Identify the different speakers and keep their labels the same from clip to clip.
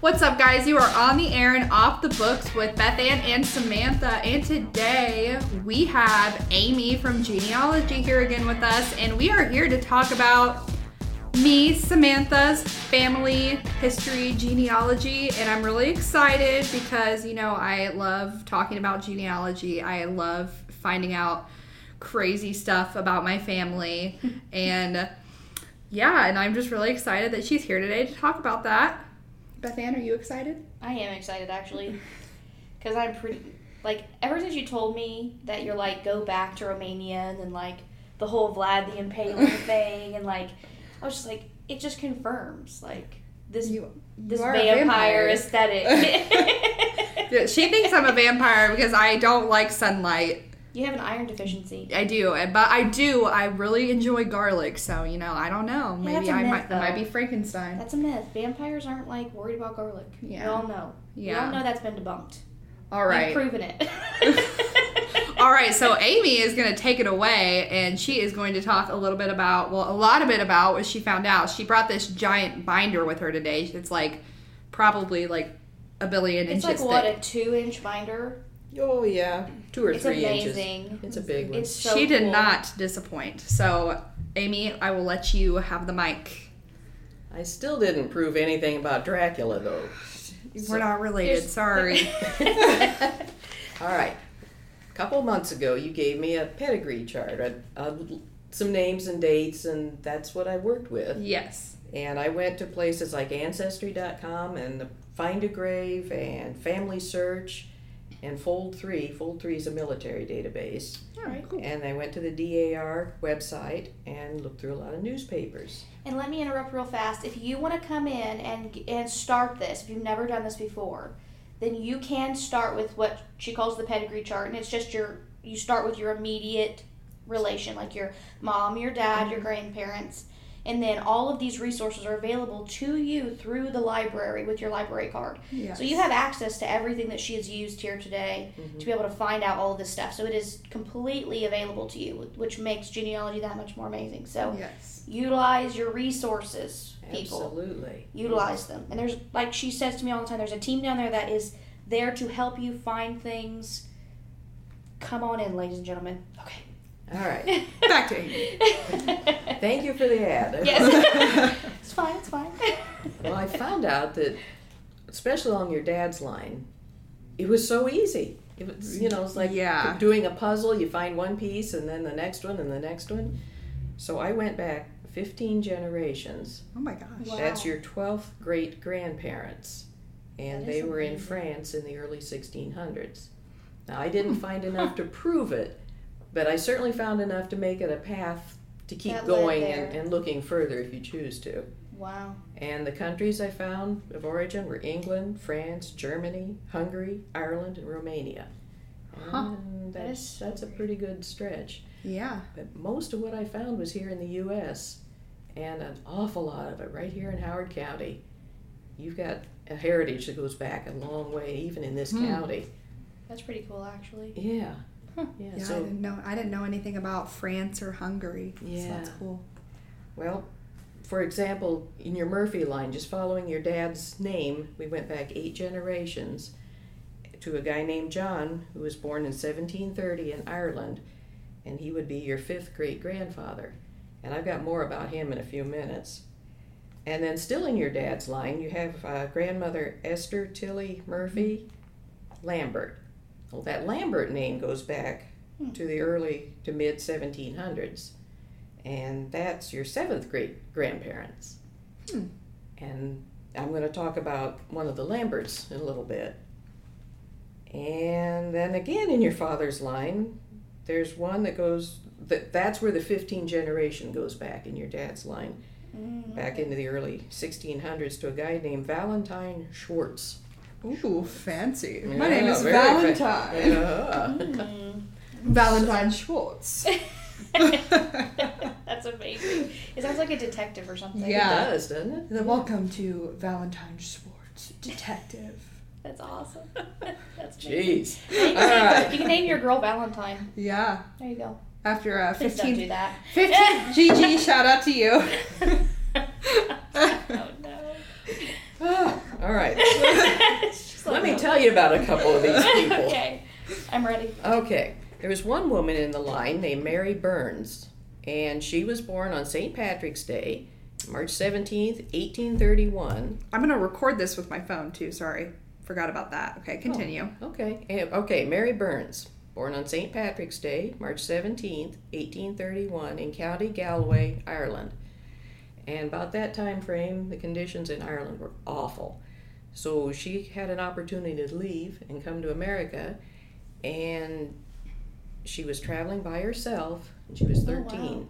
Speaker 1: What's up, guys? You are on the air and off the books with Beth Ann and Samantha. And today we have Amy from Genealogy here again with us. And we are here to talk about me, Samantha's family history genealogy, and I'm really excited because you know I love talking about genealogy. I love finding out crazy stuff about my family, and yeah, and I'm just really excited that she's here today to talk about that. Beth Ann, are you excited?
Speaker 2: I am excited actually, because I'm pretty like ever since you told me that you're like go back to Romania and then like the whole Vlad the Impaler thing and like I was just like it just confirms like this
Speaker 1: You,
Speaker 2: this
Speaker 1: you are a
Speaker 2: vampire,
Speaker 1: vampire.
Speaker 2: aesthetic.
Speaker 1: Yeah, she thinks I'm a vampire because I don't like sunlight.
Speaker 2: you have an iron deficiency.
Speaker 1: I do, and- but I do. I really enjoy garlic, so you know, I don't know.
Speaker 2: Yeah, that's
Speaker 1: Maybe
Speaker 2: a
Speaker 1: I
Speaker 2: myth,
Speaker 1: might, I might be
Speaker 2: though.
Speaker 1: Frankenstein.
Speaker 2: That's a myth. Vampires aren't like worried about garlic.
Speaker 1: Yeah.
Speaker 2: We all know. We all
Speaker 1: Yeah.
Speaker 2: know that's been debunked.
Speaker 1: All
Speaker 2: We've
Speaker 1: right.
Speaker 2: proven it.
Speaker 1: All right. So Amy is going to take it away, and she is going to talk a little bit about, well, a lot of it about what she found out. She brought this giant binder with her today. It's like probably like a billion
Speaker 2: It's like
Speaker 1: inches
Speaker 2: what
Speaker 1: thick.
Speaker 2: a two-inch binder.
Speaker 3: Oh yeah, two or
Speaker 2: It's
Speaker 3: three
Speaker 2: amazing.
Speaker 3: inches. It's a big one.
Speaker 2: It's so
Speaker 1: she did
Speaker 2: cool.
Speaker 1: not disappoint. So Amy, I will let you have the mic.
Speaker 3: I still didn't prove anything about Dracula though.
Speaker 1: We're not related.
Speaker 2: There's-
Speaker 1: Sorry.
Speaker 3: All right, a couple months ago, you gave me a pedigree chart, a, a, some names and dates, and that's what I worked with.
Speaker 1: yes.
Speaker 3: And I went to places like Ancestry.com and the Find a Grave and Family Search and Fold Three. Fold Three is a military database.
Speaker 1: All right. Cool.
Speaker 3: And I went to the DAR website and looked through a lot of newspapers.
Speaker 2: And let me interrupt real fast. If you want to come in and and start this, if you've never done this before, then you can start with what she calls the pedigree chart, and it's just your you start with your immediate relation, like your mom, your dad, your grandparents, and then all of these resources are available to you through the library with your library card.
Speaker 1: Yes.
Speaker 2: So you have access to everything that she has used here today to be able to find out all of this stuff. So it is completely available to you, which makes genealogy that much more amazing. So
Speaker 1: Yes.
Speaker 2: utilize your resources, people.
Speaker 3: Absolutely.
Speaker 2: Utilize them. And there's like she says to me all the time, there's a team down there that is there to help you find things. Come on in, ladies and gentlemen.
Speaker 3: All right.
Speaker 2: Okay.
Speaker 1: Back to Amy.
Speaker 3: Thank you for the ad.
Speaker 2: Yes. it's fine, it's fine.
Speaker 3: well, I found out that, especially along your dad's line, it was so easy. It was, you know, it's like
Speaker 1: Yeah.
Speaker 3: doing a puzzle. You find one piece, and then the next one, and the next one. So I went back 15 generations.
Speaker 1: Oh my gosh.
Speaker 2: Wow.
Speaker 3: That's your 12th great grandparents, and
Speaker 2: That
Speaker 3: they
Speaker 2: is
Speaker 3: were in
Speaker 2: amazing.
Speaker 3: France in the early 1600s. Now I didn't find enough to prove it, but I certainly found enough to make it a path to keep
Speaker 2: That led
Speaker 3: going
Speaker 2: there.
Speaker 3: and, and looking further if you choose to.
Speaker 2: wow.
Speaker 3: And the countries I found of origin were England, France, Germany, Hungary, Ireland, and Romania.
Speaker 1: Huh.
Speaker 3: And
Speaker 2: That
Speaker 3: that's,
Speaker 2: is so
Speaker 3: that's a pretty good stretch.
Speaker 1: Yeah.
Speaker 3: But most of what I found was here in the U.S., and an awful lot of it right here in Howard County. You've got a heritage that goes back a long way, even in this
Speaker 1: Hmm.
Speaker 3: county.
Speaker 2: That's pretty cool actually.
Speaker 3: Yeah.
Speaker 2: Huh.
Speaker 3: Yeah.
Speaker 1: Yeah, I
Speaker 3: so,
Speaker 1: didn't know. I didn't know anything about France or Hungary. so that's
Speaker 3: Yeah.
Speaker 1: cool.
Speaker 3: well, for example, in your Murphy line, just following your dad's name, we went back eight generations to a guy named John who was born in 1730 in Ireland, and he would be your fifth great grandfather. And I've got more about him in a few minutes. And then, still in your dad's line, you have uh, grandmother Esther Tilly Murphy Lambert. Well, that Lambert name goes back
Speaker 2: Hmm.
Speaker 3: to the early to mid 1700s, and that's your seventh great grandparents.
Speaker 1: Hmm.
Speaker 3: And I'm going to talk about one of the Lamberts in a little bit. And then again, in your father's line, there's one that goes. That that's where the 15 generation goes back in your dad's line,
Speaker 2: Mm,
Speaker 3: back into the early 1600s, to a guy named Valentine Schwartz.
Speaker 1: Ooh, fancy.
Speaker 3: Yeah,
Speaker 1: My name is
Speaker 3: very fa-
Speaker 1: Valentine.
Speaker 3: Yeah.
Speaker 2: mm.
Speaker 1: Valentine Schwartz.
Speaker 2: Mm-hmm. That's amazing. It sounds like a detective or something.
Speaker 3: It
Speaker 1: Yeah.
Speaker 3: does, doesn't it?
Speaker 1: Then welcome to Valentine Schwartz, detective.
Speaker 2: That's awesome. That's amazing.
Speaker 3: Jeez.
Speaker 2: You can,
Speaker 3: All
Speaker 2: name,
Speaker 3: right.
Speaker 2: you can name your girl Valentine.
Speaker 1: Yeah.
Speaker 2: There you go.
Speaker 1: After uh,
Speaker 2: Please don't
Speaker 1: 15,
Speaker 2: do that.
Speaker 1: 15 GG, shout out to you.
Speaker 2: oh no.
Speaker 3: Ah, all right.
Speaker 2: She's like,
Speaker 3: Let me
Speaker 2: "No."
Speaker 3: tell you about a couple of these people.
Speaker 2: okay, I'm ready.
Speaker 3: Oh Okay. There was one woman in the line named Mary Burns, and she was born on St. Patrick's Day, March 17th, 1831.
Speaker 4: I'm gonna record this with my phone too. Sorry, forgot about that. Okay, continue.
Speaker 3: Okay. And- Okay, Mary Burns, born on St. Patrick's Day, March 17th, 1831, in County Galway, Ireland. And about that time frame, the conditions in Ireland were awful. So she had an opportunity to leave and come to America, and she was traveling by herself, and she was
Speaker 2: Oh, wow.
Speaker 3: 13.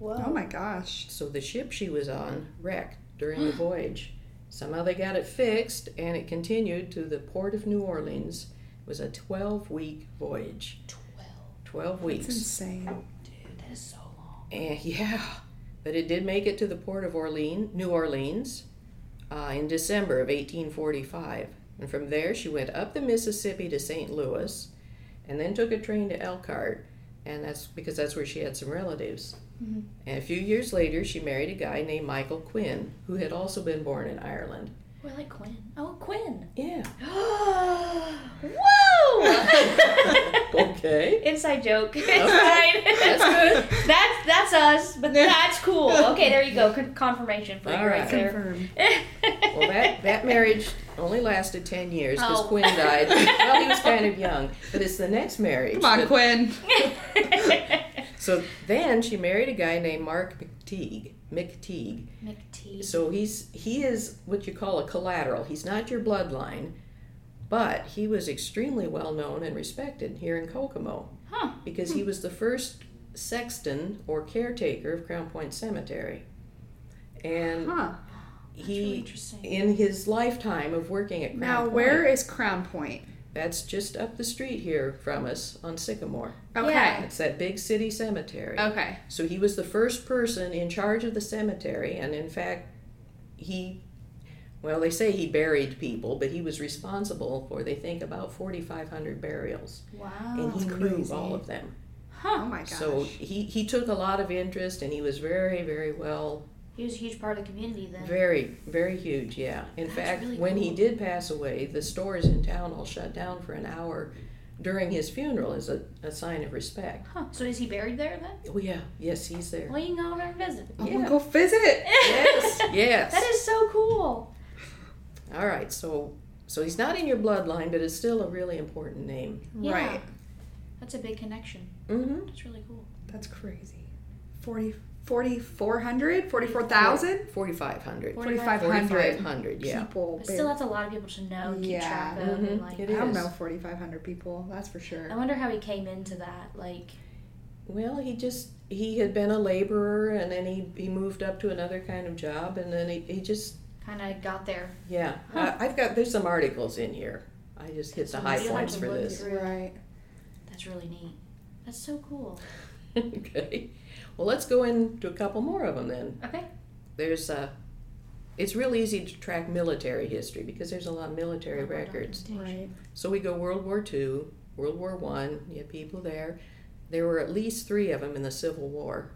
Speaker 2: Whoa.
Speaker 4: Oh my gosh.
Speaker 3: So the ship she was on wrecked during the voyage. Somehow they got it fixed and it continued to the port of New Orleans. It was a 12 week voyage.
Speaker 2: Twelve.
Speaker 3: 12
Speaker 4: It's
Speaker 3: weeks.
Speaker 4: insane.
Speaker 2: Dude, that is so long.
Speaker 3: And Eh, yeah, but it did make it to the port of Orleans, New Orleans uh, in December of 1845. And from there, she went up the Mississippi to St. Louis and then took a train to Elkhart. And that's because that's where she had some relatives.
Speaker 2: Mhm.
Speaker 3: And a few years later, she married a guy named Michael Quinn, who had also been born in Ireland.
Speaker 2: We're like Quinn. Oh, Quinn.
Speaker 3: Yeah.
Speaker 2: Whoa!
Speaker 3: Okay.
Speaker 2: Inside joke.
Speaker 3: Okay. That's good.
Speaker 2: That's that's us, but that's cool. Okay, there you go. Con- confirmation for you
Speaker 3: All
Speaker 2: right,
Speaker 3: right.
Speaker 2: there.
Speaker 4: Confirmed.
Speaker 3: Well, that, that marriage only lasted 10 years because
Speaker 2: Oh.
Speaker 3: Quinn died. Well, he was kind of young, but it's the next marriage.
Speaker 4: Come on,
Speaker 3: that-
Speaker 4: Quinn.
Speaker 3: So then she married a guy named Mark McTeague. McTeague.
Speaker 2: McTeague.
Speaker 3: So he's he is what you call a collateral. He's not your bloodline, but he was extremely well known and respected here in Kokomo
Speaker 2: Huh.
Speaker 3: because
Speaker 4: Hmm.
Speaker 3: he was the first sexton or caretaker of Crown Point Cemetery. And
Speaker 4: Huh.
Speaker 2: That's
Speaker 3: he
Speaker 2: really interesting.
Speaker 3: in his lifetime of working at Crown
Speaker 4: Now,
Speaker 3: Point,
Speaker 4: where is Crown Point?
Speaker 3: that's just up the street here from us on Sycamore.
Speaker 4: Okay.
Speaker 2: Yeah.
Speaker 3: It's that big city cemetery.
Speaker 4: Okay.
Speaker 3: So he was the first person in charge of the cemetery, and in fact, he, well, they say he buried people, but he was responsible for, they think, about 4,500 burials.
Speaker 2: Wow.
Speaker 3: and he
Speaker 4: that's
Speaker 3: knew
Speaker 4: crazy.
Speaker 3: all of them.
Speaker 4: Oh
Speaker 2: huh.
Speaker 4: my gosh.
Speaker 3: So he, he took a lot of interest, and he was very, very well,
Speaker 2: He was a huge part of the community then.
Speaker 3: very, very huge, yeah. In
Speaker 2: That's
Speaker 3: fact,
Speaker 2: really
Speaker 3: when he
Speaker 2: cool.
Speaker 3: did pass away, the stores in town all shut down for an hour during his funeral as a, a sign of respect.
Speaker 2: Huh. So is he buried there then?
Speaker 3: Oh, yeah, yes, he's there.
Speaker 2: Well, you can go over and visit.
Speaker 4: Oh,
Speaker 3: Yeah.
Speaker 4: go visit.
Speaker 3: Yes, yes.
Speaker 2: That is so cool.
Speaker 3: All right, so so he's not in your bloodline, but it's still a really important name.
Speaker 2: Yeah.
Speaker 4: Right.
Speaker 2: That's a big connection.
Speaker 3: Mm-hmm.
Speaker 2: That's really cool.
Speaker 4: That's crazy. 40, 4,400? 44,000?
Speaker 3: Forty-five hundred.
Speaker 4: 4,500
Speaker 3: hundred. Yeah.
Speaker 4: people.
Speaker 2: But still, that's a lot of people to know, keep
Speaker 4: Yeah.
Speaker 2: track of,
Speaker 3: Mhm.
Speaker 2: and like.
Speaker 3: It
Speaker 4: I don't
Speaker 3: is.
Speaker 4: know 4,500 people, that's for sure.
Speaker 2: I wonder how he came into that. Like,
Speaker 3: Well, he just he had been a laborer, and then he he moved up to another kind of job, and then he, he just
Speaker 2: kind of got there.
Speaker 3: yeah.
Speaker 2: Huh.
Speaker 3: I, I've got there's some articles in here. I just hit the
Speaker 2: So
Speaker 3: high
Speaker 2: you'll have
Speaker 3: points
Speaker 2: to
Speaker 3: for
Speaker 2: look
Speaker 3: this.
Speaker 4: Right.
Speaker 2: That's really neat. That's so cool.
Speaker 3: okay. Well, let's go into a couple more of them then.
Speaker 2: Okay.
Speaker 3: There's uh, it's real easy to track military history because there's a lot of military
Speaker 2: Well done.
Speaker 3: records.
Speaker 4: Right.
Speaker 3: So we go World War II, World War One. You had people there. There were at least three of them in the Civil War,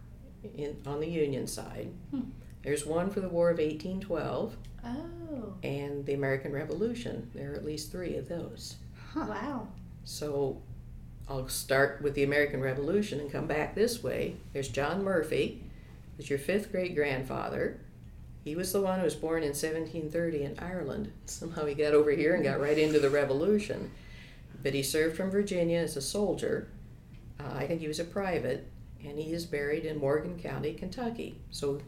Speaker 3: in, on the Union side.
Speaker 2: Hmm.
Speaker 3: There's one for the War of 1812
Speaker 2: Oh.
Speaker 3: and the American Revolution. There are at least three of those.
Speaker 4: Huh.
Speaker 2: Wow.
Speaker 3: So I'll start with the American Revolution and come back this way. There's John Murphy, who's your fifth great grandfather. He was the one who was born in 1730 in Ireland. Somehow he got over here and got right into the Revolution. But he served from Virginia as a soldier. Uh, I think he was a private, and he is buried in Morgan County, Kentucky. So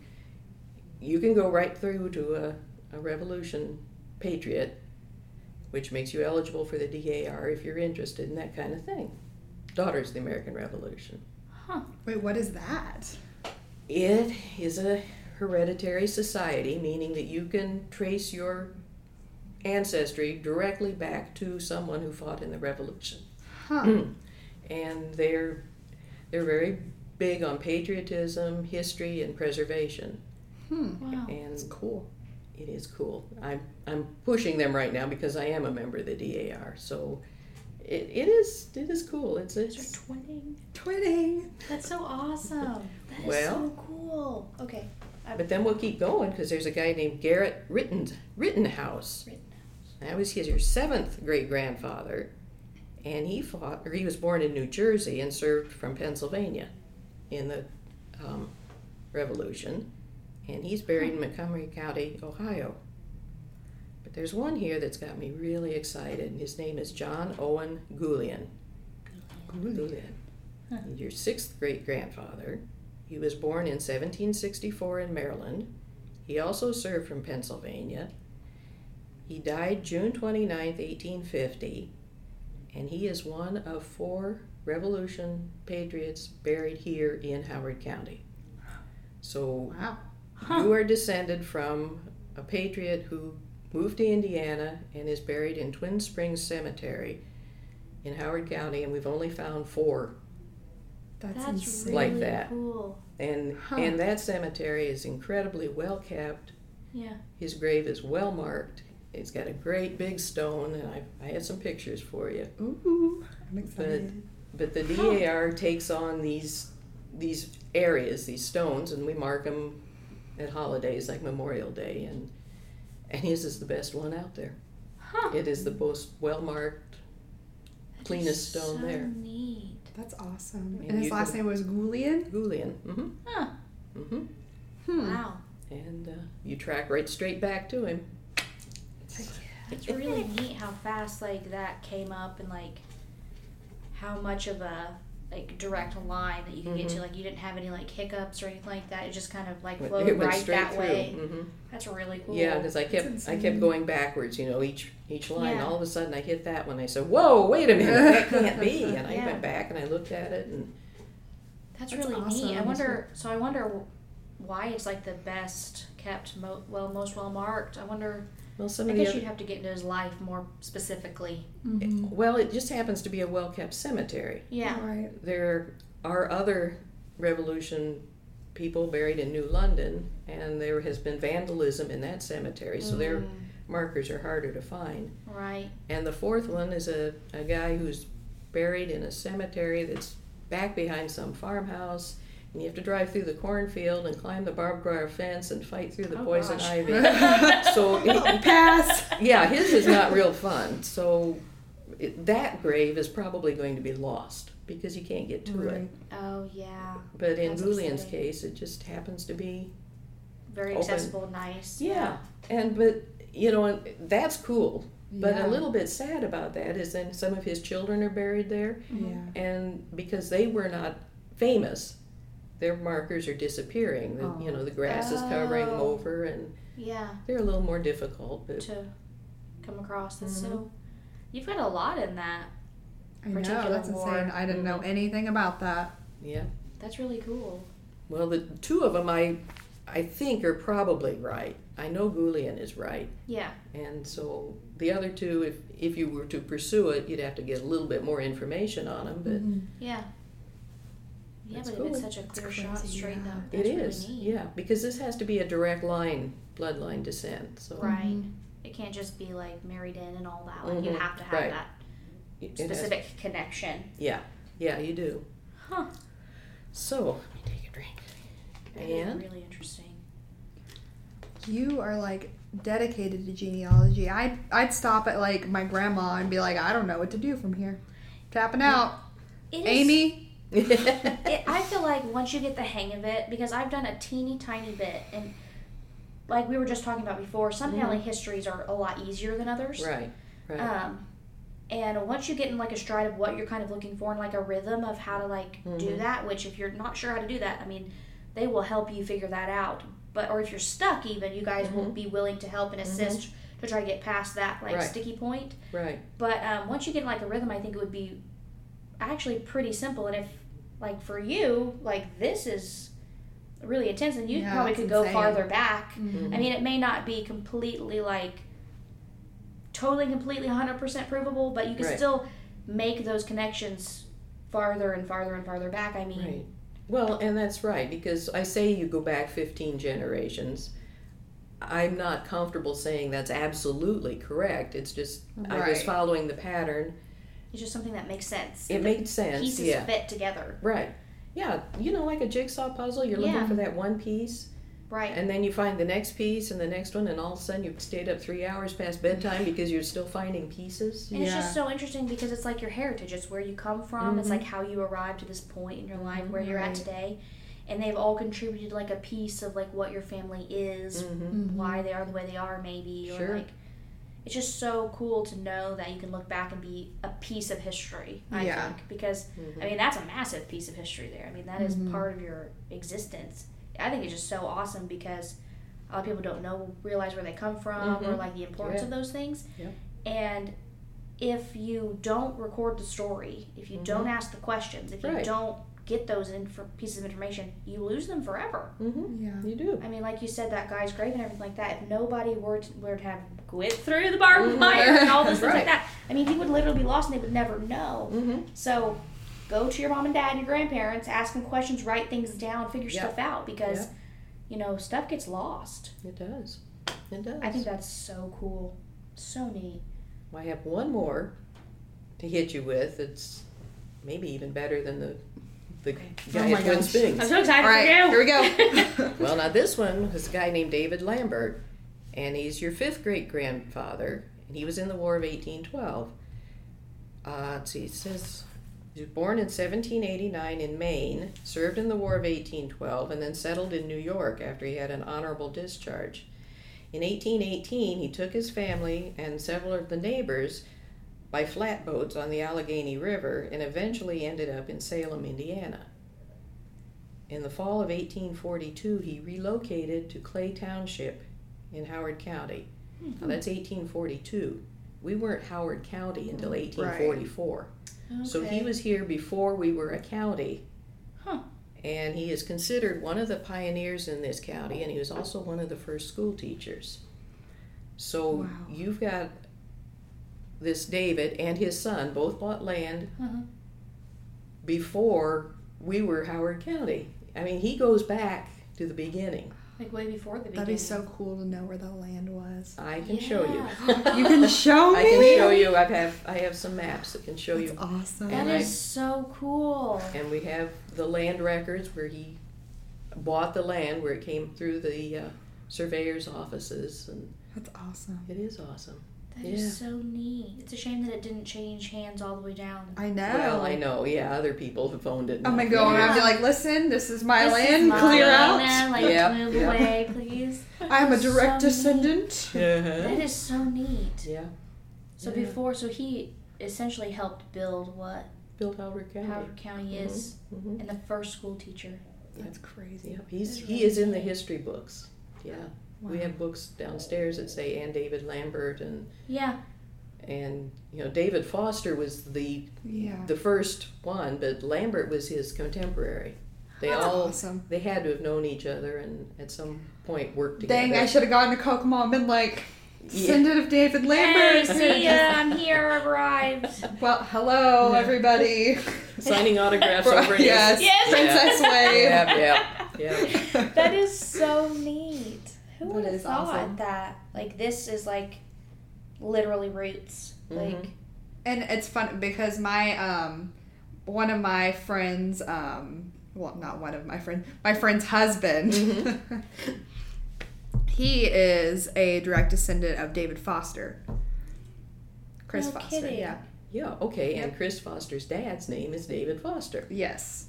Speaker 3: you can go right through to a, a Revolution patriot which makes you eligible for the DAR if you're interested in that kind of thing. Daughters of the American Revolution.
Speaker 2: Huh.
Speaker 4: Wait, what is that?
Speaker 3: It is a hereditary society, meaning that you can trace your ancestry directly back to someone who fought in the revolution. Hmm.
Speaker 4: Huh.
Speaker 3: and they're they're very big on patriotism, history, and preservation.
Speaker 4: Hmm.
Speaker 2: Wow.
Speaker 3: And it's cool. It is cool. I'm I'm pushing them right now because I am a member of the DAR. So it, it is it is cool. It's
Speaker 2: Those
Speaker 3: it's
Speaker 2: are twinning.
Speaker 4: Twinning.
Speaker 2: That's so awesome. That is
Speaker 3: Well.
Speaker 2: so cool. Okay.
Speaker 3: but then we'll keep going because there's a guy named Garrett Ritten Rittenhouse.
Speaker 2: Rittenhouse.
Speaker 3: That was his your seventh great grandfather, and he fought, or he was born in New Jersey and served from Pennsylvania in the um, Revolution, and he's buried in Montgomery County, Ohio. But there's one here that's got me really excited, and his name is John Owen Goulian. Goulian.
Speaker 4: Huh.
Speaker 3: Your sixth great grandfather. He was born in 1764 in Maryland. He also served from Pennsylvania. He died June 29, 1850, and he is one of four Revolution patriots buried here in Howard County. So
Speaker 4: Wow.
Speaker 3: you are descended from a patriot who moved to Indiana and is buried in Twin Springs Cemetery in Howard County, and we've only found four.
Speaker 1: That's,
Speaker 2: That's
Speaker 1: insane.
Speaker 3: Like
Speaker 2: really
Speaker 3: that.
Speaker 2: cool.
Speaker 3: And
Speaker 4: Huh.
Speaker 3: and that cemetery is incredibly well kept.
Speaker 2: Yeah.
Speaker 3: His grave is well marked. It's got a great big stone, and I, I had some pictures for you.
Speaker 1: Ooh, I'm excited.
Speaker 3: But the DAR takes on these these areas, these stones, and we mark them at holidays like Memorial Day, and and his is the best one out there.
Speaker 2: Huh.
Speaker 3: It is the most well marked.
Speaker 2: That
Speaker 3: Cleanest
Speaker 2: is
Speaker 3: stone
Speaker 2: so
Speaker 3: there.
Speaker 2: Neat.
Speaker 1: That's awesome.
Speaker 3: Maybe
Speaker 1: And his
Speaker 3: you
Speaker 1: last
Speaker 3: could-
Speaker 1: name was Goulian.
Speaker 3: Goulian. Mm-hmm.
Speaker 2: Huh.
Speaker 3: Mm-hmm.
Speaker 4: Hmm.
Speaker 2: Wow.
Speaker 3: And uh, you track right straight back to him. Hmm.
Speaker 2: It's really neat how fast like that came up and like how much of a like direct line that you could get to.
Speaker 3: Mhm.
Speaker 2: Like you didn't have any like hiccups or anything like that. It just kind of like
Speaker 3: Went-
Speaker 2: flowed
Speaker 3: it went
Speaker 2: right
Speaker 3: straight
Speaker 2: that
Speaker 3: through.
Speaker 2: way.
Speaker 3: Mm-hmm.
Speaker 2: That's really cool.
Speaker 3: Yeah, because I kept
Speaker 1: That's
Speaker 3: I kept
Speaker 1: insane.
Speaker 3: going backwards. You know, each each line.
Speaker 2: Yeah.
Speaker 3: All of a sudden, I hit that one. I said, "Whoa, wait a minute, that can't be!" And I
Speaker 2: Yeah.
Speaker 3: went back and I looked at it, and
Speaker 2: That's,
Speaker 1: That's
Speaker 2: really neat.
Speaker 1: awesome.
Speaker 2: I wonder. So I wonder why it's like the best kept, mo- well, most well marked. I wonder.
Speaker 3: well, some
Speaker 2: I
Speaker 3: of the
Speaker 2: guess mm-hmm.
Speaker 3: other,
Speaker 2: you'd have to get into his life more specifically.
Speaker 1: Mhm.
Speaker 3: well, it just happens to be a well kept cemetery.
Speaker 2: Yeah.
Speaker 1: Right.
Speaker 3: There are other Revolution people buried in New London, and there has been vandalism in that cemetery, so their
Speaker 2: Mm,
Speaker 3: markers are harder to find.
Speaker 2: right.
Speaker 3: And the fourth one is a, a guy who's buried in a cemetery that's back behind some farmhouse. And you have to drive through the cornfield and climb the barbed wire fence and fight through the
Speaker 2: Oh,
Speaker 3: poison
Speaker 2: gosh.
Speaker 3: ivy. so,
Speaker 1: Pass.
Speaker 3: yeah, his is not real fun. So, it, that grave is probably going to be lost because you can't get to it.
Speaker 1: Right.
Speaker 2: Oh yeah.
Speaker 3: But in
Speaker 2: That's
Speaker 3: Goulian's
Speaker 2: upsetting.
Speaker 3: case, it just happens to be
Speaker 2: Very
Speaker 3: Open.
Speaker 2: accessible. Nice.
Speaker 3: Yeah, and but you know and that's cool. But
Speaker 1: Yeah.
Speaker 3: a little bit sad about that is then some of his children are buried there,
Speaker 2: Mm-hmm.
Speaker 1: Yeah.
Speaker 3: and because they were not famous, their markers are disappearing. The, You
Speaker 1: Oh.
Speaker 3: know, the grass is covering them
Speaker 2: Oh.
Speaker 3: over, and
Speaker 2: Yeah.
Speaker 3: they're a little more difficult. But
Speaker 2: To come across. That's
Speaker 3: Mhm.
Speaker 2: so. You've got a lot in that.
Speaker 1: I know.
Speaker 2: Particular
Speaker 1: That's
Speaker 2: war.
Speaker 1: insane. I didn't know anything about that.
Speaker 3: yeah,
Speaker 2: That's really cool.
Speaker 3: well, the two of them I, I think are probably right. I know Goulian is right,
Speaker 2: Yeah.
Speaker 3: and so the other two, if if you were to pursue it, you'd have to get a little bit more information on them,
Speaker 2: Mm-hmm.
Speaker 3: but.
Speaker 1: Mm-hmm.
Speaker 2: Yeah. Yeah,
Speaker 3: That's
Speaker 2: but if it's
Speaker 3: cool.
Speaker 2: such a
Speaker 1: It's
Speaker 2: clear shot
Speaker 1: crazy,
Speaker 2: straight
Speaker 1: yeah.
Speaker 2: up,
Speaker 3: It
Speaker 2: that's really
Speaker 3: is,
Speaker 2: neat.
Speaker 3: yeah, because this has to be a direct line, bloodline descent. So
Speaker 2: Right. It can't just be like married in and all that. Like you
Speaker 3: Mhm,
Speaker 2: have to have
Speaker 3: right.
Speaker 2: that
Speaker 3: it- it has-
Speaker 2: specific connection.
Speaker 3: yeah, you do.
Speaker 2: Huh.
Speaker 3: So let me take a drink.
Speaker 2: That is
Speaker 3: And
Speaker 2: really interesting.
Speaker 1: You are like dedicated to genealogy. I'd I'd stop at like my grandma and be like, I don't know what to do from here. Tapping out.
Speaker 2: It is,
Speaker 1: Amy.
Speaker 2: It, I feel like once you get the hang of it, because I've done a teeny tiny bit, and like we were just talking about before, some
Speaker 3: Mhm.
Speaker 2: family histories are a lot easier than others.
Speaker 3: right, right.
Speaker 2: Um, and once you get in like a stride of what you're kind of looking for and like a rhythm of how to like do
Speaker 3: Mhm.
Speaker 2: that, which if you're not sure how to do that, I mean, they will help you figure that out. But or if you're stuck, even you guys will
Speaker 3: Mhm.
Speaker 2: be willing to help and assist to try to get past that like
Speaker 3: Right.
Speaker 2: sticky point.
Speaker 3: right.
Speaker 2: But um, once you get in like a rhythm, I think it would be actually pretty simple. And if like for you, like this is really intense, and you
Speaker 1: Yeah,
Speaker 2: probably
Speaker 1: it's
Speaker 2: could go
Speaker 1: insane.
Speaker 2: farther back
Speaker 3: Mhm.
Speaker 2: I mean, it may not be completely like totally, completely 100% provable, but you can
Speaker 3: Right.
Speaker 2: still make those connections farther and farther and farther back. I mean,
Speaker 3: Right. Well, and that's right because I say you go back 15 generations. I'm not comfortable saying that's absolutely correct. It's just I was
Speaker 1: Right.
Speaker 3: following the pattern.
Speaker 2: it's just something that makes sense.
Speaker 3: It made sense.
Speaker 2: Pieces
Speaker 3: yeah.
Speaker 2: fit together.
Speaker 3: Right. Yeah, you know, like a jigsaw puzzle, you're
Speaker 2: Yeah.
Speaker 3: looking for that one piece.
Speaker 2: Right.
Speaker 3: And then you find the next piece and the next one, and all of a sudden you've stayed up three hours past bedtime because you're still finding pieces.
Speaker 2: And it's just
Speaker 1: Yeah. Mm-hmm.
Speaker 2: so interesting because it's like your heritage. It's where you come from. It's
Speaker 3: Mhm.
Speaker 2: like how you arrived to this point in your life, where you're
Speaker 1: Right.
Speaker 2: at today. And they've all contributed like a piece of like what your family is,
Speaker 3: Mm-hmm.
Speaker 2: why they are the way they are, maybe. Or
Speaker 3: Sure.
Speaker 2: like, it's just so cool to know that you can look back and be a piece of history, I
Speaker 1: Yeah.
Speaker 2: think. Because,
Speaker 3: Mm-hmm.
Speaker 2: I mean, that's a massive piece of history there. I mean, that is
Speaker 1: Mhm.
Speaker 2: part of your existence. I think it's just so awesome because a lot of people don't know, realize where they come from or
Speaker 3: Mhm.
Speaker 2: like the importance
Speaker 3: Yeah.
Speaker 2: of those things.
Speaker 3: Yeah.
Speaker 2: And if you don't record the story, if you don't ask the questions, if you
Speaker 3: Mm-hmm. Right.
Speaker 2: don't get those inf- pieces of information, you lose them forever.
Speaker 3: Mm-hmm.
Speaker 1: Yeah.
Speaker 3: You do.
Speaker 2: I mean, like you said, that guy's grave and everything like that. If nobody were to, were to have went through the barbed wire and all those things like
Speaker 3: Mm-hmm. Right.
Speaker 2: that, I mean, he would literally be lost and they would never know.
Speaker 3: Mm-hmm.
Speaker 2: So, go to your mom and dad and your grandparents, ask them questions, write things down, figure
Speaker 3: Yeah.
Speaker 2: stuff out because,
Speaker 3: Yeah.
Speaker 2: you know, stuff gets lost.
Speaker 3: It does. It does.
Speaker 2: I think that's so cool, so neat.
Speaker 3: I have one more to hit you with. It's maybe even better than the the guy
Speaker 1: Oh my
Speaker 3: at Twin
Speaker 1: gosh.
Speaker 3: Springs.
Speaker 2: I'm so excited
Speaker 1: All right, here
Speaker 2: for you.
Speaker 1: we go.
Speaker 3: Well, now this one was a guy named David Lambert, and he's your fifth great grandfather, and he was in the War of 1812. Uh, let's see, it says he was born in 1789 in Maine, served in the War of 1812, and then settled in New York after he had an honorable discharge. In 1818, he took his family and several of the neighbors by flatboats on the Allegheny River and eventually ended up in Salem, Indiana. In the fall of 1842, he relocated to Clay Township in Howard County. Now that's 1842. We weren't Howard County until 1844. So he was here before we were a county.
Speaker 2: Huh.
Speaker 3: And he is considered one of the pioneers in this county, and he was also one of the first school teachers. So
Speaker 1: Wow.
Speaker 3: you've got this David and his son both bought land
Speaker 2: Uh-huh.
Speaker 3: before we were Howard County. I mean, he goes back to the beginning.
Speaker 2: like way before the beginning.
Speaker 1: That'd be so cool to know where the land was.
Speaker 3: I can show you.
Speaker 1: You can show me.
Speaker 3: I can show you. I have I have some maps that can show
Speaker 1: That's
Speaker 3: you.
Speaker 1: awesome.
Speaker 2: That
Speaker 3: And I-
Speaker 2: is so cool.
Speaker 3: And we have the land records where he bought the land where it came through the uh, surveyor's offices, and
Speaker 1: That's awesome.
Speaker 3: it is awesome.
Speaker 2: That is so neat. It's a shame that it didn't change hands all the way down.
Speaker 1: I know. Oh
Speaker 3: Well, I know. Yeah, other people have owned it.
Speaker 1: I'm gonna
Speaker 3: now.
Speaker 1: go and I'll be
Speaker 2: Yeah.
Speaker 1: like, listen, this is my
Speaker 2: This is
Speaker 1: land.
Speaker 2: mine,
Speaker 1: Clear out.
Speaker 2: Anna, Like,
Speaker 3: Yeah,
Speaker 2: move
Speaker 3: yeah.
Speaker 2: away, please.
Speaker 1: I'm a
Speaker 2: That's so
Speaker 1: direct
Speaker 2: neat.
Speaker 1: descendant.
Speaker 3: Uh-huh.
Speaker 2: That is so neat.
Speaker 3: Yeah,
Speaker 2: So
Speaker 3: Yeah.
Speaker 2: before, so he essentially helped build what
Speaker 3: built Howard County.
Speaker 2: Howard County
Speaker 1: Mm-hmm.
Speaker 2: is,
Speaker 3: Mhm.
Speaker 2: and the first school teacher.
Speaker 1: That's crazy.
Speaker 3: Yeah, he's he is in the history books. Yeah, we have books downstairs that say and David Lambert and
Speaker 2: Yeah,
Speaker 3: and you know David Foster was the
Speaker 1: Yeah.
Speaker 3: the first one, but Lambert was his contemporary. They
Speaker 1: That's
Speaker 3: all
Speaker 1: awesome.
Speaker 3: they had to have known each other and at some point worked together.
Speaker 1: Dang, I should have gone to Kokomo and been like,
Speaker 3: yeah.
Speaker 1: descendant of David
Speaker 2: hey,
Speaker 1: Lambert.
Speaker 2: see ya, I'm here, I've arrived.
Speaker 1: Well, hello,
Speaker 3: Yeah.
Speaker 1: everybody.
Speaker 3: signing autographs over his-
Speaker 1: yes.
Speaker 2: Yes.
Speaker 1: Princess Wave.
Speaker 3: Yeah, yeah, yeah.
Speaker 2: That is so neat. Who
Speaker 1: That
Speaker 2: would have
Speaker 1: is
Speaker 2: thought
Speaker 1: awesome.
Speaker 2: that? Like this is like literally roots. Like
Speaker 1: Mm-hmm. And it's fun because my um one of my friends um well not one of my friends my friend's husband
Speaker 3: Mhm.
Speaker 1: he is a direct descendant of David Foster. Chris
Speaker 2: No
Speaker 1: Foster.
Speaker 2: kidding.
Speaker 1: Yeah.
Speaker 3: Yeah, okay, and Chris Foster's dad's name is David Foster.
Speaker 1: Yes.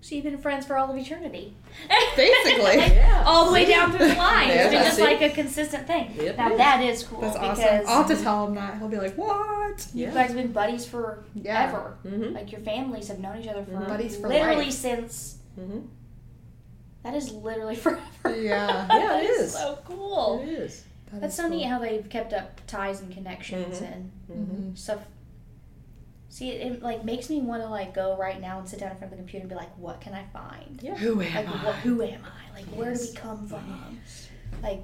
Speaker 2: so you've been friends for all of eternity.
Speaker 1: Basically.
Speaker 3: Yeah.
Speaker 2: all the way down through the line. It's been
Speaker 3: Yeah.
Speaker 2: just like a consistent thing.
Speaker 3: Yep.
Speaker 2: Now that is cool
Speaker 1: That's awesome.
Speaker 2: because
Speaker 1: I'll have to tell him that. He'll be like, What?
Speaker 2: you
Speaker 3: Yeah.
Speaker 2: guys have been buddies forever.
Speaker 1: Yeah.
Speaker 3: Mm-hmm.
Speaker 2: Like your families have known each other for
Speaker 3: Mhm.
Speaker 1: Buddies for
Speaker 2: literally
Speaker 1: life.
Speaker 2: since
Speaker 3: Mm-hmm.
Speaker 2: that is literally forever.
Speaker 1: Yeah.
Speaker 3: Yeah, it
Speaker 2: That
Speaker 3: is.
Speaker 2: so
Speaker 1: Oh.
Speaker 2: cool.
Speaker 3: It is.
Speaker 1: That
Speaker 2: That's
Speaker 1: is
Speaker 2: so neat how they've kept up ties and connections
Speaker 3: Mhm.
Speaker 2: and
Speaker 1: Mhm.
Speaker 2: stuff. See, it, it like makes me want to like go right now and sit down in front of the computer and be like, what can I find?
Speaker 3: Yeah.
Speaker 1: Who am
Speaker 2: Like,
Speaker 1: I?
Speaker 2: what, who am I? Like, where do we
Speaker 3: Yes.
Speaker 2: come from? Like,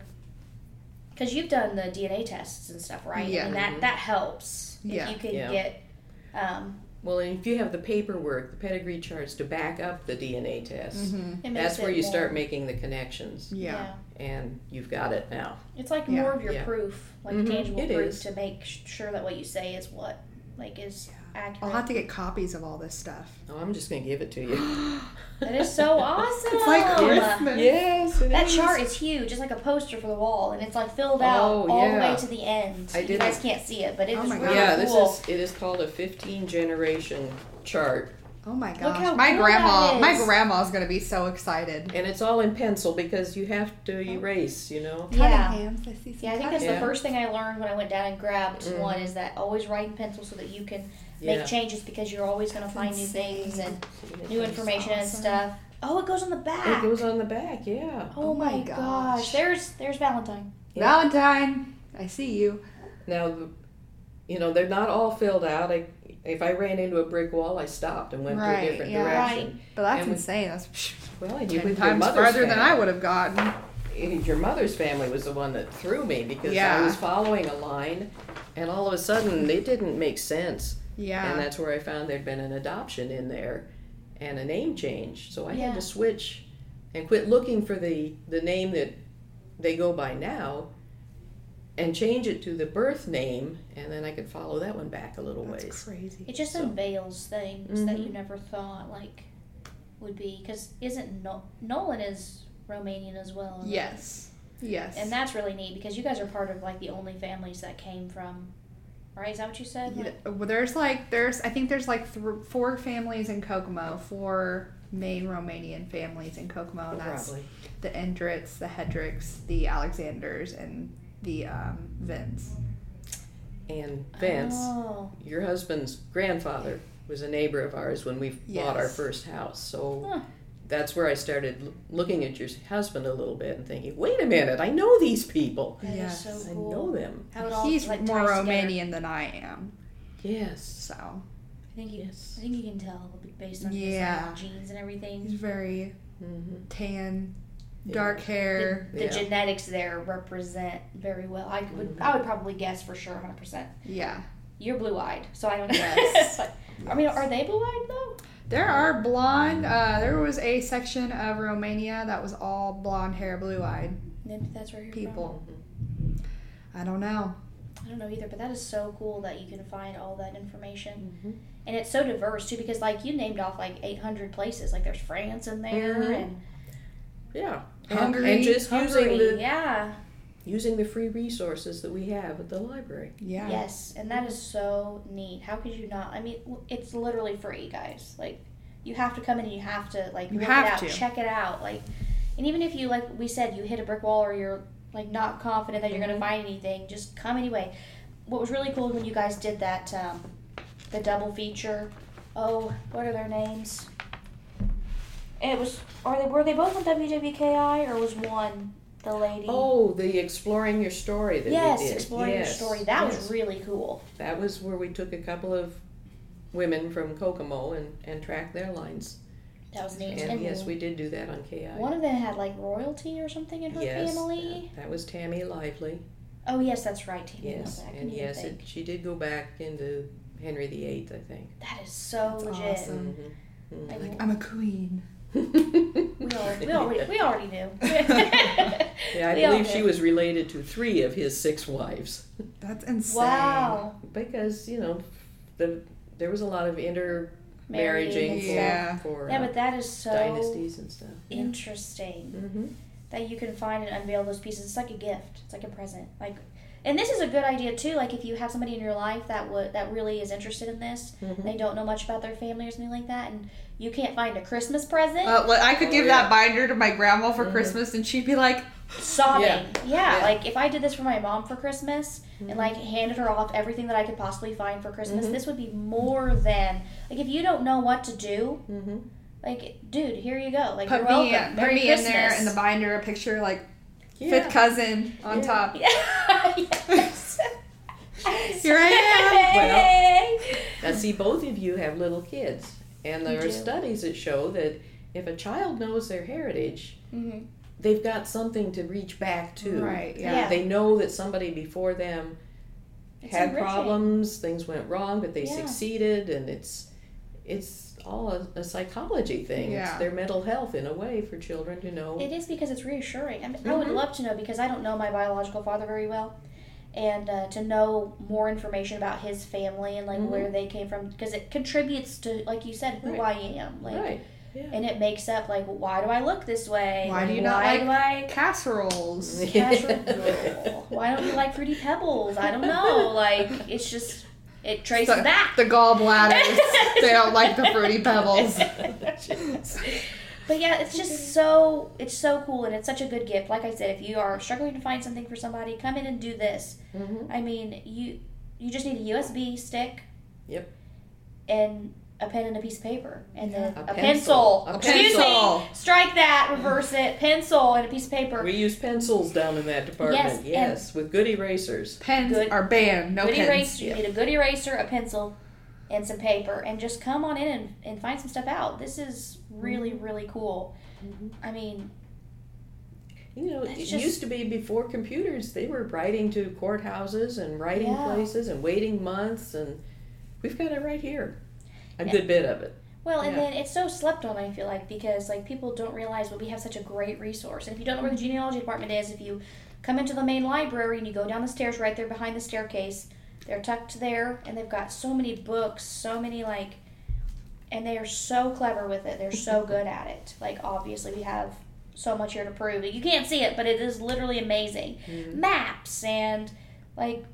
Speaker 2: because you've done the DNA tests and stuff, right?
Speaker 1: Yeah. Mm-hmm.
Speaker 2: And that
Speaker 3: Mhm.
Speaker 2: that helps.
Speaker 1: Yeah.
Speaker 2: If you could
Speaker 3: Yeah.
Speaker 2: get, um,
Speaker 3: Well, and if you have the paperwork, the pedigree charts to back up the DNA test,
Speaker 1: hmm
Speaker 2: it makes
Speaker 3: that's where
Speaker 2: it
Speaker 3: you
Speaker 2: more-
Speaker 3: start making the connections,
Speaker 1: Yeah.
Speaker 3: and you've got it now.
Speaker 2: It's like
Speaker 1: Yeah. Mm-hmm.
Speaker 2: more of your
Speaker 3: Yeah.
Speaker 2: proof, like
Speaker 3: Mhm.
Speaker 2: tangible
Speaker 3: It
Speaker 2: proof
Speaker 3: is.
Speaker 2: to make sh- sure that what you say is what, like, is
Speaker 1: Yeah.
Speaker 2: accurate.
Speaker 1: I'll have to get copies of all this stuff.
Speaker 3: Oh, I'm just gonna give it to you.
Speaker 2: That is so awesome.
Speaker 1: It's like Christmas.
Speaker 3: yes, it
Speaker 2: That
Speaker 3: is.
Speaker 2: chart is huge. It's like a poster for the wall, and it's like filled
Speaker 3: Oh,
Speaker 2: out all the
Speaker 3: yeah.
Speaker 2: way to the end.
Speaker 3: I
Speaker 2: you
Speaker 3: did
Speaker 2: guys can't see it, but it
Speaker 1: Oh
Speaker 2: was
Speaker 1: my
Speaker 2: really
Speaker 3: Yeah,
Speaker 2: cool.
Speaker 3: this is it is called a 15 generation chart,
Speaker 1: Oh my gosh.
Speaker 2: how
Speaker 1: my
Speaker 2: cool
Speaker 1: grandma
Speaker 2: that
Speaker 1: my
Speaker 2: is.
Speaker 1: grandma's gonna be so excited.
Speaker 3: and it's all in pencil because you have to
Speaker 2: Oh.
Speaker 3: erase. You know.
Speaker 2: yeah.
Speaker 1: Hams, I see some
Speaker 2: Yeah, I think that's
Speaker 3: Yeah.
Speaker 2: the first thing I learned when I went down and grabbed
Speaker 3: Mhm.
Speaker 2: one is that always write in pencil so that you can
Speaker 3: Yeah.
Speaker 2: make changes because you're always going to
Speaker 1: That's
Speaker 2: find new things
Speaker 1: insane.
Speaker 2: and new information and
Speaker 1: awesome.
Speaker 2: stuff. Oh, it goes on the back.
Speaker 3: It goes on the back. Yeah.
Speaker 2: oh,
Speaker 1: Oh
Speaker 2: my
Speaker 1: my
Speaker 2: gosh.
Speaker 1: gosh.
Speaker 2: There's there's Valentine.
Speaker 3: Yeah.
Speaker 1: Valentine, I see you.
Speaker 3: Now, the- you know they're not all filled out. I, if I ran into a brick wall, I stopped and went to
Speaker 1: Right,
Speaker 3: a different
Speaker 1: yeah.
Speaker 3: direction.
Speaker 1: But that's
Speaker 3: And we-
Speaker 1: insane. That's
Speaker 3: Well, and you
Speaker 1: ten
Speaker 3: with your
Speaker 1: times
Speaker 3: mother's
Speaker 1: farther than I
Speaker 3: family.
Speaker 1: would have gotten.
Speaker 3: it- your mother's family was the one that threw me because I
Speaker 1: Yeah.
Speaker 3: was following a line, and all of a sudden it didn't make sense.
Speaker 1: Yeah.
Speaker 3: And that's where I found there'd been an adoption in there, and a name change. So I
Speaker 2: Yeah.
Speaker 3: had to switch, and quit looking for the the name that they go by now, and change it to the birth name, and then I could follow that one back a little
Speaker 1: That's
Speaker 3: ways.
Speaker 1: crazy.
Speaker 2: It just
Speaker 3: So-
Speaker 2: unveils things that
Speaker 3: Mhm.
Speaker 2: you never thought like would be because isn't no- Nolan is Romanian as well? isn't he?
Speaker 1: Yes. Yes.
Speaker 2: And that's really neat because you guys are part of like the only families that came from, right? Is that what you said?
Speaker 1: Yeah,
Speaker 2: Like,
Speaker 1: well, there's like there's I think there's like th- four families in Kokomo, four main Romanian families in Kokomo, and oh, that's
Speaker 3: Probably.
Speaker 1: the Endrits, the Hedricks, the Alexanders, and the um, Vins.
Speaker 3: And Vince,
Speaker 2: Oh,
Speaker 3: your husband's grandfather was a neighbor of ours when we bought our
Speaker 1: Yes.
Speaker 3: first house. So
Speaker 2: Huh.
Speaker 3: that's where I started l- looking at your husband a little bit and thinking, wait a minute, I know these people.
Speaker 2: that is
Speaker 1: Yes.
Speaker 2: so
Speaker 3: I
Speaker 2: cool.
Speaker 3: know them.
Speaker 2: How it all,
Speaker 1: He's
Speaker 2: like,
Speaker 1: more
Speaker 2: ties together.
Speaker 1: Romanian than I am,
Speaker 3: Yes.
Speaker 1: so
Speaker 2: I think you,
Speaker 3: Yes.
Speaker 2: I think you can tell based on his
Speaker 1: Yeah.
Speaker 2: like, genes and everything.
Speaker 1: he's very
Speaker 3: Mm-hmm.
Speaker 1: tan,
Speaker 3: Yeah.
Speaker 1: dark
Speaker 2: The,
Speaker 1: hair.
Speaker 2: the
Speaker 3: Yeah.
Speaker 2: genetics there represent very well. I would I would probably guess for sure, hundred percent.
Speaker 1: Yeah,
Speaker 2: You're blue eyed, so I don't know.
Speaker 1: Yes.
Speaker 2: But- I mean, are they blue eyed though?
Speaker 1: there are blonde. Uh, there was a section of Romania that was all blonde hair, blue eyed
Speaker 2: Maybe that's where you're from.
Speaker 1: people.
Speaker 3: Mm-hmm.
Speaker 1: I don't know.
Speaker 2: I don't know either, but that is so cool that you can find all that information. And it's so diverse too, because like you named off like 800 places. Like there's France in there,
Speaker 1: Mm-hmm.
Speaker 3: Mhm.
Speaker 2: and
Speaker 3: Yeah. And-
Speaker 1: Hungary,
Speaker 3: And just using
Speaker 2: Hungary,
Speaker 3: the
Speaker 2: yeah,
Speaker 3: using the free resources that we have at the library.
Speaker 1: Yeah.
Speaker 2: yes, and that is so neat. How could you not? I mean, w- it's literally free, guys. Like you have to come in and you have to like
Speaker 1: You
Speaker 2: look
Speaker 1: have
Speaker 2: it out,
Speaker 1: to.
Speaker 2: check it out, like. And even if you like we said you hit a brick wall or you're like not confident that you're
Speaker 3: Mhm.
Speaker 1: Mm-hmm.
Speaker 2: gonna find anything, just come anyway. What was really cool when you guys did that, um, the double feature. Oh, what are their names? It was are they were they both on WWKI or was one the lady?
Speaker 3: Oh, the exploring your story that
Speaker 2: yes,
Speaker 3: we did.
Speaker 2: exploring
Speaker 3: Yes,
Speaker 2: your story. That
Speaker 3: yes.
Speaker 2: was really cool.
Speaker 3: That was where we took a couple of women from Kokomo and, and tracked their lines.
Speaker 2: That was neat.
Speaker 3: And yes, we did do that on KI.
Speaker 2: one of them had like royalty or something in her
Speaker 3: yes,
Speaker 2: family.
Speaker 3: That, that was Tammy Lively.
Speaker 2: Oh yes, that's right. Tammy
Speaker 3: Yes,
Speaker 2: Novak, I
Speaker 3: and
Speaker 2: didn't
Speaker 3: yes,
Speaker 2: think.
Speaker 3: it, she did go back into Henry VIII, I think.
Speaker 2: that is so
Speaker 1: That's
Speaker 2: legit.
Speaker 1: awesome.
Speaker 2: I
Speaker 3: Mhm.
Speaker 2: mean,
Speaker 1: I'm a queen.
Speaker 3: Mhm.
Speaker 2: Mm-hmm. we, all, we already we already knew.
Speaker 3: yeah, I
Speaker 2: we all
Speaker 3: believe she
Speaker 2: did.
Speaker 3: was related to three of his six wives
Speaker 1: That's insane.
Speaker 2: Wow.
Speaker 3: because you know the there was a lot of
Speaker 2: Marrying
Speaker 3: intermarriaging
Speaker 2: and
Speaker 3: for,
Speaker 2: stuff.
Speaker 1: Yeah.
Speaker 3: for
Speaker 2: Yeah,
Speaker 3: uh,
Speaker 2: but that is so
Speaker 3: dynasties and stuff.
Speaker 2: interesting
Speaker 3: Mm-hmm.
Speaker 2: that you can find and unveil those pieces. It's like a gift. It's like a present. Like, and this is a good idea too. Like if you have somebody in your life that would that really is interested in this,
Speaker 3: Mm-hmm.
Speaker 2: they don't know much about their family or something like that, and you can't find a Christmas present.
Speaker 1: Uh, well, I could
Speaker 3: Oh,
Speaker 1: give
Speaker 3: yeah.
Speaker 1: that binder to my grandma for
Speaker 3: Mhm.
Speaker 1: Christmas, and she'd be like,
Speaker 2: sobbing.
Speaker 3: Yeah.
Speaker 2: Yeah.
Speaker 3: Yeah.
Speaker 2: like if I did this for my mom for Christmas and
Speaker 1: Mm-hmm.
Speaker 2: like handed her off everything that I could possibly find for Christmas,
Speaker 3: Mhm.
Speaker 2: this would be more than like if you don't know what to do,
Speaker 3: Mm-hmm.
Speaker 2: like dude, here you go. Like
Speaker 1: "Put
Speaker 2: you're
Speaker 1: me,
Speaker 2: welcome.
Speaker 1: put
Speaker 2: Merry
Speaker 1: me in
Speaker 2: Christmas.
Speaker 1: there in the binder, a picture like fifth
Speaker 3: Yeah.
Speaker 1: cousin on
Speaker 3: Yeah.
Speaker 1: top."
Speaker 2: Yeah. yes.
Speaker 1: Here I am.
Speaker 2: Hey.
Speaker 3: Now, see, both of you have little kids, and there
Speaker 2: We
Speaker 3: are
Speaker 2: do.
Speaker 3: studies that show that if a child knows their heritage,
Speaker 2: Mhm.
Speaker 3: they've got something to reach back to.
Speaker 1: Right? Yeah.
Speaker 2: Yeah.
Speaker 3: They know that somebody before them
Speaker 2: It's
Speaker 3: had
Speaker 2: enriching.
Speaker 3: problems, things went wrong, but they
Speaker 2: Yeah.
Speaker 3: succeeded, and it's it's all a, a psychology thing. It's
Speaker 1: Yeah.
Speaker 3: their mental health in a way for children to know.
Speaker 1: Mm-hmm.
Speaker 2: It is because it's reassuring. I, mean, I would
Speaker 3: Mhm.
Speaker 2: love to know because I don't know my biological father very well. and uh, to know more information about his family and like
Speaker 1: Mm-hmm.
Speaker 2: where they came from because it contributes to like you said who
Speaker 3: Right.
Speaker 2: I am like
Speaker 3: right.
Speaker 2: and it makes up like why do I look this way
Speaker 1: Why do you not
Speaker 2: why
Speaker 1: like-
Speaker 2: do I
Speaker 1: Casseroles.
Speaker 2: Casserole. why don't you like fruity pebbles I don't know like it's just it traces
Speaker 1: So-
Speaker 2: back
Speaker 1: The gallbladders. they don't like the fruity pebbles.
Speaker 2: But yeah, it's just so it's so cool and it's such a good gift. Like I said, if you are struggling to find something for somebody, come in and do this.
Speaker 3: Mhm.
Speaker 2: I mean, you you just need a USB stick.
Speaker 3: Yep.
Speaker 2: And a pen and a piece of paper, and then
Speaker 3: A
Speaker 2: a,
Speaker 3: pencil.
Speaker 2: pencil.
Speaker 3: A
Speaker 2: Excuse
Speaker 3: pencil.
Speaker 2: me. Strike that. Reverse it. Pencil and a piece of paper.
Speaker 3: We use pencils down in that department. Yes,
Speaker 2: and-
Speaker 3: with good erasers.
Speaker 1: Pens
Speaker 2: Good-
Speaker 1: are banned. No
Speaker 2: good
Speaker 1: pens.
Speaker 2: eraser. You
Speaker 3: yeah.
Speaker 2: need a good eraser, a pencil, and some paper, and just come on in and, and find some stuff out. This is really really cool.
Speaker 3: Mhm.
Speaker 2: I mean,
Speaker 3: You know,
Speaker 2: That's
Speaker 3: it
Speaker 2: just-
Speaker 3: used to be before computers, they were writing to courthouses and writing
Speaker 2: Yeah.
Speaker 3: places and waiting months, and we've got it right here. A
Speaker 2: Yeah.
Speaker 3: good bit of it.
Speaker 2: Well, and
Speaker 3: Yeah.
Speaker 2: then it's so slept on. I feel like because like people don't realize, but we have such a great resource. And if you don't know where the genealogy department is, if you come into the main library and you go down the stairs, right there behind the staircase, they're tucked there, and they've got so many books, so many like, and they are so clever with it. They're so good at it. Like obviously, we have so much here to prove. You can't see it, but it is literally amazing. Maps and like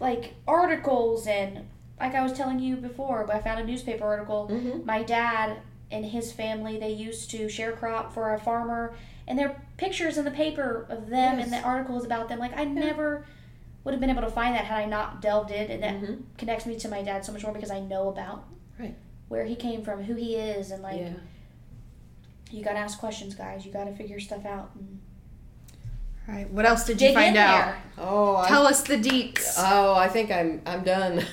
Speaker 2: like articles and like I was telling you before, but I found a newspaper article
Speaker 3: Mm-hmm.
Speaker 2: my dad and his family they used to share crop for a farmer and there are pictures in the paper of them and
Speaker 3: Yes.
Speaker 2: the articles about them like i never would have been able to find that had i not delved in and that
Speaker 3: Mhm.
Speaker 2: connects me to my dad so much more because i know about
Speaker 3: Right.
Speaker 2: where he came from who he is and like
Speaker 3: yeah.
Speaker 2: you gotta ask questions guys you gotta figure stuff out and
Speaker 1: All right. What else did you
Speaker 2: dig in
Speaker 1: find out?
Speaker 2: there
Speaker 3: Oh, I,
Speaker 1: Tell us the deets.
Speaker 3: oh, I think I'm I'm done.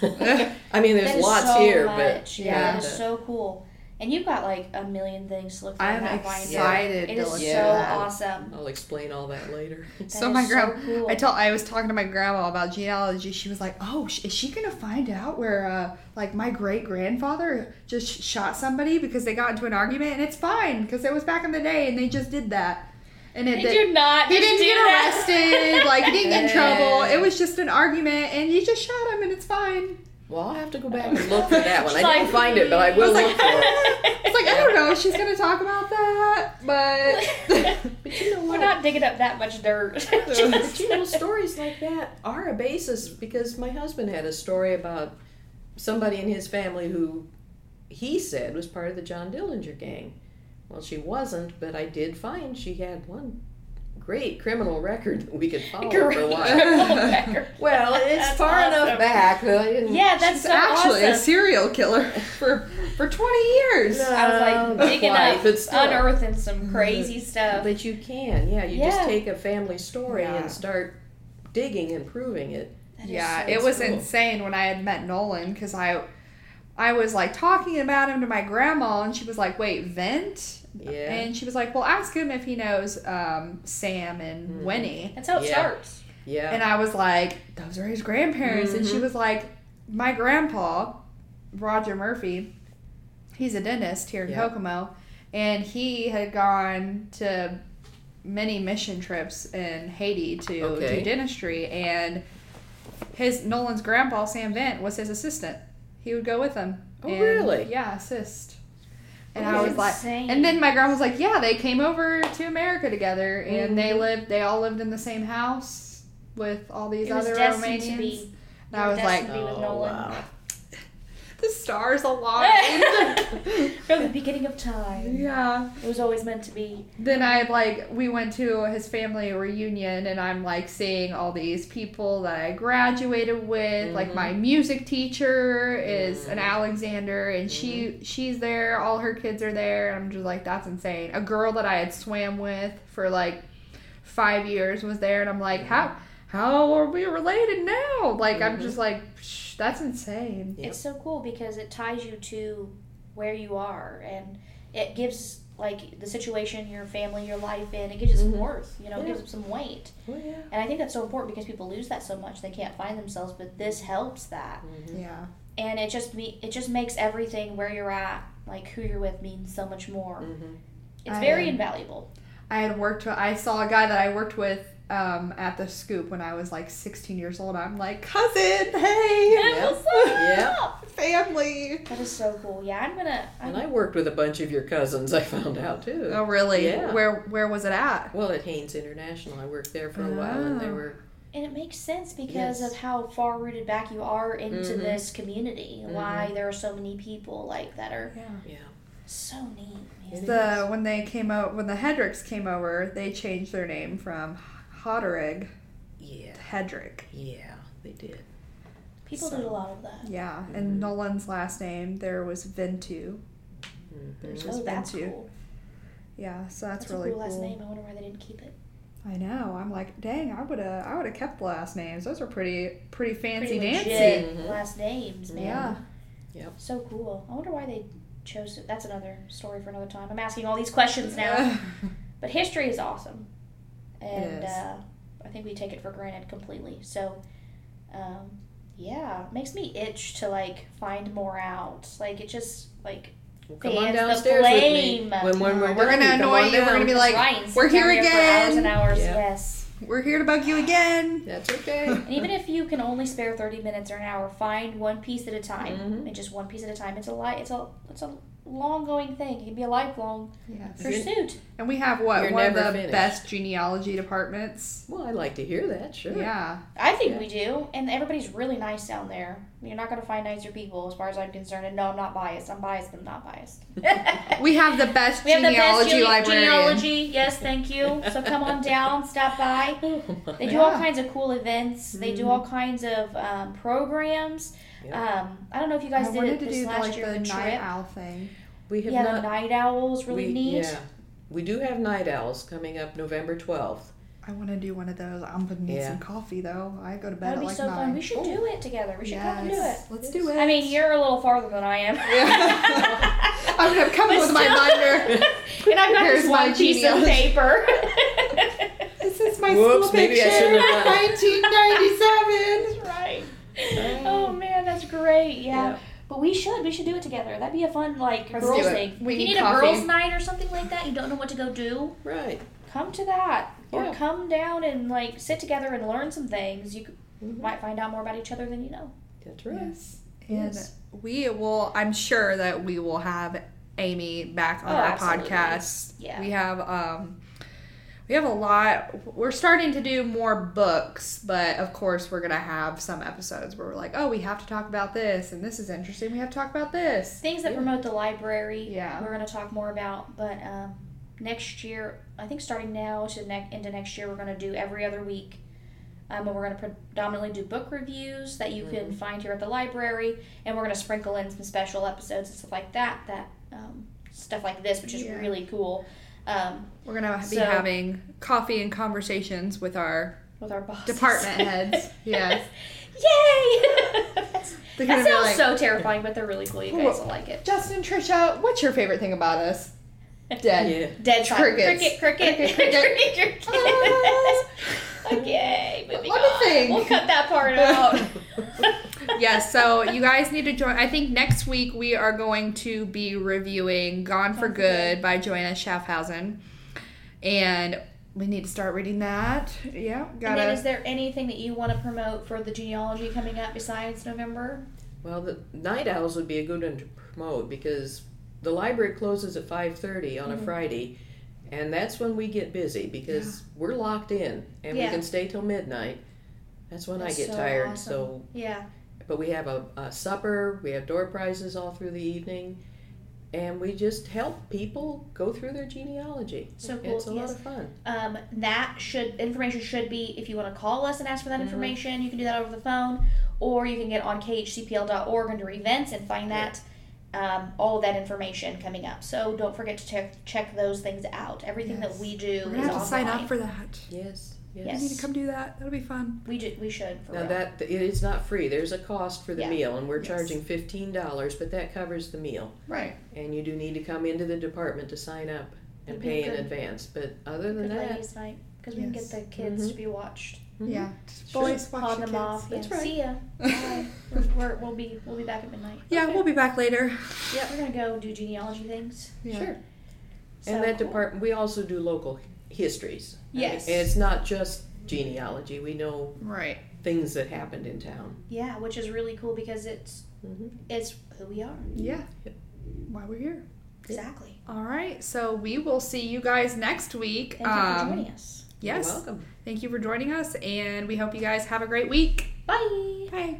Speaker 3: I mean, there's
Speaker 2: That is
Speaker 3: lots
Speaker 2: so
Speaker 3: here,
Speaker 2: much.
Speaker 3: but
Speaker 2: yeah,
Speaker 1: yeah.
Speaker 2: that is so cool and you've got like a million things to look for in
Speaker 1: I'm
Speaker 2: that winery.
Speaker 1: excited
Speaker 2: it
Speaker 1: to
Speaker 2: is
Speaker 1: look
Speaker 2: so
Speaker 3: at that.
Speaker 2: awesome
Speaker 3: I'll explain all that later.
Speaker 2: That
Speaker 1: So
Speaker 2: is
Speaker 1: my grandma,
Speaker 2: cool.
Speaker 1: I tell, I was talking to my grandma about genealogy. She was like, "Oh, sh- is she gonna find out where, uh, like, my great grandfather just sh- shot somebody because they got into an argument, and it's fine because it was back in the day, and they just did that, and it
Speaker 2: Did
Speaker 1: did-
Speaker 2: you not?
Speaker 1: he
Speaker 2: just
Speaker 1: didn't
Speaker 2: do
Speaker 1: get
Speaker 2: that?
Speaker 1: arrested, like, he didn't get in trouble.
Speaker 3: Yeah.
Speaker 1: It was just an argument, and you just shot him, and it's fine.
Speaker 3: Well, I'll have to go back and look for that one. I
Speaker 2: She's
Speaker 3: didn't
Speaker 2: like,
Speaker 3: find it, but I will
Speaker 1: I was like,
Speaker 3: look for it.
Speaker 1: It's like I don't know if she's gonna talk about that, but
Speaker 3: But you know
Speaker 2: We're
Speaker 3: what?
Speaker 2: not digging up that much dirt.
Speaker 3: but you know, stories like that are a basis because my husband had a story about somebody in his family who he said was part of the John Dillinger gang. Well, she wasn't, but I did find she had one great criminal record that we could
Speaker 1: Oh,
Speaker 3: follow for a while. Well, it's
Speaker 2: That's
Speaker 3: far
Speaker 2: awesome.
Speaker 3: enough back that I didn't.
Speaker 2: Yeah, that's
Speaker 1: she's
Speaker 2: so
Speaker 1: actually a
Speaker 2: awesome.
Speaker 1: serial killer for for twenty years.
Speaker 3: No,
Speaker 2: I was
Speaker 3: not
Speaker 1: Oh,
Speaker 2: like digging
Speaker 3: quite,
Speaker 2: up,
Speaker 3: but still.
Speaker 2: unearthing some
Speaker 1: Mm-hmm.
Speaker 2: crazy stuff.
Speaker 3: But you can, yeah. You
Speaker 2: Yeah.
Speaker 3: just take a family story
Speaker 1: Yeah.
Speaker 3: and start digging and proving it.
Speaker 2: That is
Speaker 1: yeah,
Speaker 2: so
Speaker 1: it was
Speaker 2: cool.
Speaker 1: insane when I had met Nolan because I, I was like talking about him to my grandma, and she was like, "Wait, Vent,"
Speaker 3: Yeah.
Speaker 1: and she was like, "Well, ask him if he knows um, Sam and
Speaker 3: Mhm.
Speaker 1: Winnie,"
Speaker 2: That's how it
Speaker 3: Yeah.
Speaker 2: starts.
Speaker 3: Yeah.
Speaker 1: and I was like, "Those are his grandparents," and she
Speaker 3: Mhm.
Speaker 1: was like, "My grandpa, Roger Murphy, he's a dentist here in
Speaker 3: Yeah.
Speaker 1: Kokomo, and he had gone to." many mission trips in Haiti to
Speaker 3: Okay.
Speaker 1: do dentistry, and his Nolan's grandpa Sam Vent was his assistant. He would go with him.
Speaker 3: Oh,
Speaker 1: and-
Speaker 3: really? Oh,
Speaker 1: Yeah, assist. And
Speaker 2: That
Speaker 1: I
Speaker 2: is
Speaker 1: was like,
Speaker 2: insane.
Speaker 1: and then my grandma was like, yeah, they came over to America together, and
Speaker 2: Mm-hmm.
Speaker 1: they lived. They all lived in the same house with all these
Speaker 2: it was
Speaker 1: other
Speaker 2: destined
Speaker 1: Romanians.
Speaker 2: to be.
Speaker 1: and I was
Speaker 2: destined
Speaker 1: like,
Speaker 2: to be with
Speaker 3: Oh,
Speaker 2: Nolan.
Speaker 1: the stars aligned.
Speaker 2: From the beginning of time,
Speaker 1: yeah.
Speaker 2: it was always meant to be.
Speaker 1: Then I like we went to his family reunion and I'm like seeing all these people that I graduated with. Like
Speaker 3: Mhm.
Speaker 1: my music teacher is an Alexander and she she's there, all her kids are there. I'm just like that's insane. A girl that I had swam with for like 5 years was there and I'm like how how are we related now? Like I'm
Speaker 3: Mhm.
Speaker 1: just like Psh, that's insane.
Speaker 3: Yep.
Speaker 2: It's so cool because it ties you to where you are and it gives like the situation, your family, your life in, it gives you some
Speaker 3: Mhm.
Speaker 2: worth, you know, it
Speaker 3: Yeah.
Speaker 2: gives it some weight.
Speaker 3: Well, Oh, yeah.
Speaker 2: And I think that's so important because people lose that so much they can't find themselves, but this helps that.
Speaker 3: Mm-hmm.
Speaker 1: Yeah.
Speaker 2: And it just me it just makes everything where you're at, like who you're with means so much more.
Speaker 3: Mhm.
Speaker 2: It's
Speaker 1: I,
Speaker 2: very
Speaker 1: um,
Speaker 2: invaluable.
Speaker 1: I had worked with, I saw a guy that I worked with um, at the scoop when I was like 16 years old. I'm like, cousin, hey,
Speaker 3: Yeah.
Speaker 2: What's
Speaker 3: Yeah.
Speaker 2: up?
Speaker 1: family.
Speaker 2: That is so cool. Yeah, I'm gonna. I'm,
Speaker 3: And I worked with a bunch of your cousins, I found out too.
Speaker 1: Oh, really?
Speaker 3: Yeah.
Speaker 1: Where where was it at?
Speaker 3: Well, at Haynes International, I worked there for a while, and they
Speaker 1: Oh.
Speaker 3: were
Speaker 2: and it makes sense because
Speaker 3: Yes.
Speaker 2: of how far rooted back you are into
Speaker 3: Mhm.
Speaker 2: this community. and Why
Speaker 3: Mm-hmm.
Speaker 2: there are so many people like that are
Speaker 3: yeah.
Speaker 2: so neat. Man.
Speaker 3: It
Speaker 1: The when they came out when the Hedricks came over, they changed their name from Hodderig
Speaker 3: Yeah,
Speaker 1: to Hedrick.
Speaker 3: yeah, they did.
Speaker 2: People
Speaker 3: So-
Speaker 2: did a lot of that.
Speaker 1: Yeah,
Speaker 2: Mm-hmm.
Speaker 1: and Nolan's last name there was Ventu. There's
Speaker 2: Oh,
Speaker 1: just
Speaker 2: that's
Speaker 1: Ventu.
Speaker 2: cool.
Speaker 1: Yeah, so that's,
Speaker 2: That's,
Speaker 1: really
Speaker 2: a cool,
Speaker 1: cool.
Speaker 2: last name. I wonder why they didn't keep it.
Speaker 1: I know. I'm like, dang, I would have, I would have kept the last names. Those are pretty, pretty fancy
Speaker 2: Pretty
Speaker 1: dancy.
Speaker 2: legit
Speaker 3: Mhm.
Speaker 2: last names, man.
Speaker 1: Yeah.
Speaker 2: So cool. I wonder why they chose it. That's another story for another time. I'm asking all these questions now. But history is awesome, and
Speaker 1: It is.
Speaker 2: uh, I think we take it for granted completely. So, um, yeah, makes me itch to like find more out. Like it just like
Speaker 3: Well, come
Speaker 2: Fans
Speaker 3: on
Speaker 2: the
Speaker 3: downstairs with
Speaker 2: flame.
Speaker 3: me when, when we're,
Speaker 1: We're
Speaker 3: done,
Speaker 1: gonna
Speaker 3: come
Speaker 1: annoy
Speaker 3: on
Speaker 1: you. We're gonna
Speaker 3: down.
Speaker 1: be like,
Speaker 2: Ryan, sit
Speaker 1: "We're
Speaker 2: down
Speaker 1: here
Speaker 2: for hours
Speaker 1: again."
Speaker 2: and hours.
Speaker 3: Yeah.
Speaker 2: Yes,
Speaker 1: We're here to bug you again.
Speaker 3: That's okay.
Speaker 2: and even if you can only spare thirty minutes or an hour, find one piece at a time,
Speaker 1: Mm-hmm.
Speaker 3: Mhm.
Speaker 2: and just one piece at a time. It's a li- It's a it's a long going thing. It can be a lifelong
Speaker 1: Yes.
Speaker 3: You're-
Speaker 2: pursuit.
Speaker 1: And we have what
Speaker 3: You're
Speaker 1: one of the
Speaker 3: never finished.
Speaker 1: best genealogy departments.
Speaker 3: well, I like to hear that. Sure.
Speaker 1: Yeah.
Speaker 2: I think
Speaker 3: Yeah.
Speaker 2: we do, and everybody's really nice down there. You're not going to find nicer people, as far as I'm concerned. And no, I'm not biased. I'm biased, but I'm not biased.
Speaker 1: We have the best
Speaker 2: we have the
Speaker 1: genealogy
Speaker 2: best gene-
Speaker 1: librarian.
Speaker 2: genealogy. Yes, thank you. So come on down, stop by.
Speaker 3: Oh my-
Speaker 2: They do all
Speaker 1: Yeah. Mm-hmm.
Speaker 2: kinds of cool events. They do all kinds of um, programs.
Speaker 3: Yeah.
Speaker 2: Um, I don't know if you
Speaker 1: I
Speaker 2: guys did
Speaker 1: wanted
Speaker 2: it
Speaker 1: to
Speaker 2: this
Speaker 1: do
Speaker 2: last
Speaker 1: like
Speaker 2: year.
Speaker 1: the
Speaker 2: The,
Speaker 1: night
Speaker 2: trip.
Speaker 1: owl thing.
Speaker 3: we have
Speaker 2: Yeah,
Speaker 3: not.
Speaker 2: the night owls really
Speaker 3: we,
Speaker 2: neat.
Speaker 3: Yeah. We do have night owls coming up November twelfth.
Speaker 1: I want to do one of those. I'm gonna need
Speaker 3: Yeah.
Speaker 1: some coffee though. I go to bed
Speaker 2: That would
Speaker 1: at
Speaker 2: be
Speaker 1: like
Speaker 2: so
Speaker 1: nine.
Speaker 2: fun. We should do it together. We should come and do it.
Speaker 1: Yes. Let's do it.
Speaker 2: I mean, you're a little farther than I am.
Speaker 1: Yeah. I'm gonna come
Speaker 2: But
Speaker 1: with my
Speaker 2: still-
Speaker 1: binder.
Speaker 2: and I've got
Speaker 1: Here's
Speaker 2: this
Speaker 1: my
Speaker 2: one piece of
Speaker 1: genealogy.
Speaker 2: paper.
Speaker 1: This is my
Speaker 3: Whoops,
Speaker 1: school
Speaker 3: maybe I
Speaker 1: picture.
Speaker 3: shouldn't have done
Speaker 1: 1997.
Speaker 2: That's right. Oh man, that's great. Yeah.
Speaker 3: Yeah.
Speaker 2: But we should. We should do it together. That'd be a fun like
Speaker 1: Let's
Speaker 2: girls
Speaker 1: do it.
Speaker 2: thing.
Speaker 1: We
Speaker 2: if
Speaker 1: need
Speaker 2: you need
Speaker 1: coffee.
Speaker 2: a girls' night or something like that, you don't know what to go do.
Speaker 3: Right.
Speaker 2: Come to that,
Speaker 3: Yeah.
Speaker 2: or come down and like sit together and learn some things. You c
Speaker 1: Mm-hmm.
Speaker 3: Mhm.
Speaker 2: might find out more about each other than you know.
Speaker 3: That's right.
Speaker 1: Yes. And
Speaker 3: Yes.
Speaker 1: we will. I'm sure that we will have Amy back on
Speaker 2: Oh,
Speaker 1: our
Speaker 2: absolutely.
Speaker 1: podcast.
Speaker 2: Yeah.
Speaker 1: We have um, we have a lot. We're starting to do more books, but of course we're gonna have some episodes where we're like, oh, we have to talk about this, and this is interesting. We have to talk about this.
Speaker 2: Things that
Speaker 3: Yeah.
Speaker 2: promote the library.
Speaker 1: Yeah.
Speaker 2: We're gonna talk more about, but um, next year, I think starting now to ne- into next year, we're gonna do every other week. Um, and we're going to predominantly do book reviews that you
Speaker 1: Mm-hmm.
Speaker 2: can find here at the library, and we're going to sprinkle in some special episodes and stuff like that. That um, stuff like this, which is
Speaker 1: Yeah.
Speaker 2: really cool, um,
Speaker 1: We're gonna be
Speaker 2: So-
Speaker 1: having coffee and conversations with our
Speaker 2: with our bosses.
Speaker 1: department heads. Yes.
Speaker 2: Yay! That's-
Speaker 1: They're
Speaker 2: that
Speaker 1: gonna be
Speaker 2: sounds
Speaker 1: like-
Speaker 2: so terrifying, but they're really cool. You guys will like it.
Speaker 1: Justin, Trisha, what's your favorite thing about us? Dead.
Speaker 3: Yeah.
Speaker 2: Dead silent.
Speaker 1: Crickets.
Speaker 2: Cricket,
Speaker 1: Cricket,
Speaker 2: cricket, cricket,
Speaker 1: cricket.
Speaker 2: cricket.
Speaker 1: Ah.
Speaker 2: okay, moving
Speaker 1: Let me
Speaker 2: on.
Speaker 1: think.
Speaker 2: We'll cut that part out.
Speaker 1: yes, so you guys need to join. I think next week we are going to be reviewing Gone for Good by Joanna Schaffhausen. And we need to start reading that. Yeah,
Speaker 2: And then,
Speaker 1: gotta.
Speaker 2: is there anything that you want to promote for the genealogy coming up besides November?
Speaker 3: Well, the night owls would be a good one to promote because the library closes at five thirty on
Speaker 2: Mm-hmm.
Speaker 3: a Friday, and that's when we get busy because we're locked in and we
Speaker 2: Yeah.
Speaker 3: can stay till midnight. That's when
Speaker 2: That's
Speaker 3: I get
Speaker 2: so
Speaker 3: tired.
Speaker 2: awesome.
Speaker 3: So,
Speaker 2: Yeah.
Speaker 3: but we have a, a supper, we have door prizes all through the evening, and we just help people go through their genealogy.
Speaker 2: So cool.
Speaker 3: it's a
Speaker 2: yes.
Speaker 3: lot of fun.
Speaker 2: Um, that should information should be if you want to call us and ask for that information, you can do that over the phone, or you can get on khcpl.org under events and find that um, all of that information coming up. So don't forget to check check those things out. Everything
Speaker 1: Yes.
Speaker 2: that we do
Speaker 1: we're
Speaker 2: is
Speaker 1: gonna have to sign
Speaker 2: online.
Speaker 1: up for that.
Speaker 3: Yes. Yes.
Speaker 1: I
Speaker 2: Yes.
Speaker 1: need to come do that. That'll be fun.
Speaker 2: we do, we should for
Speaker 3: Now
Speaker 2: real.
Speaker 3: that it is not free. There's a cost for the
Speaker 2: Yeah.
Speaker 3: meal, and we're
Speaker 1: Yes.
Speaker 3: charging fifteen dollars, but that covers the meal.
Speaker 1: Right.
Speaker 3: And you do need to come into the department to sign up and
Speaker 2: That'd be
Speaker 3: pay in
Speaker 2: good.
Speaker 3: advance. But other than
Speaker 2: good
Speaker 3: that,
Speaker 2: ladies night because we can
Speaker 1: Yes.
Speaker 2: get the kids
Speaker 3: Mhm.
Speaker 2: to be watched.
Speaker 3: mhm.
Speaker 1: Yeah. Just
Speaker 3: Sure.
Speaker 1: boys, watch
Speaker 2: Mm-hmm. Pawn
Speaker 1: your
Speaker 2: them
Speaker 1: kids.
Speaker 2: off.
Speaker 3: That's
Speaker 2: yeah.
Speaker 3: right.
Speaker 2: See ya. Bye. we're, we're, we'll be we'll be back at midnight.
Speaker 1: Yeah,
Speaker 2: Okay.
Speaker 1: we'll be back later.
Speaker 2: Yeah, we're gonna go do genealogy things.
Speaker 1: Yeah.
Speaker 3: sure.
Speaker 2: So
Speaker 3: And that
Speaker 2: cool.
Speaker 3: department, we also do local histories. I mean,
Speaker 2: Yes.
Speaker 3: and it's not just genealogy. We know
Speaker 1: Right.
Speaker 3: things that happened in town.
Speaker 2: Yeah, which is really cool because it's
Speaker 3: Mm-hmm.
Speaker 2: it's who we are.
Speaker 1: Yeah.
Speaker 3: Yep.
Speaker 1: Why we're here.
Speaker 2: Exactly.
Speaker 1: All right. So we will see you guys next week. Um,
Speaker 2: Thank you for joining us.
Speaker 1: yes.
Speaker 3: welcome.
Speaker 1: Thank you for joining us, and we hope you guys have a great week.
Speaker 2: Bye.
Speaker 1: Bye.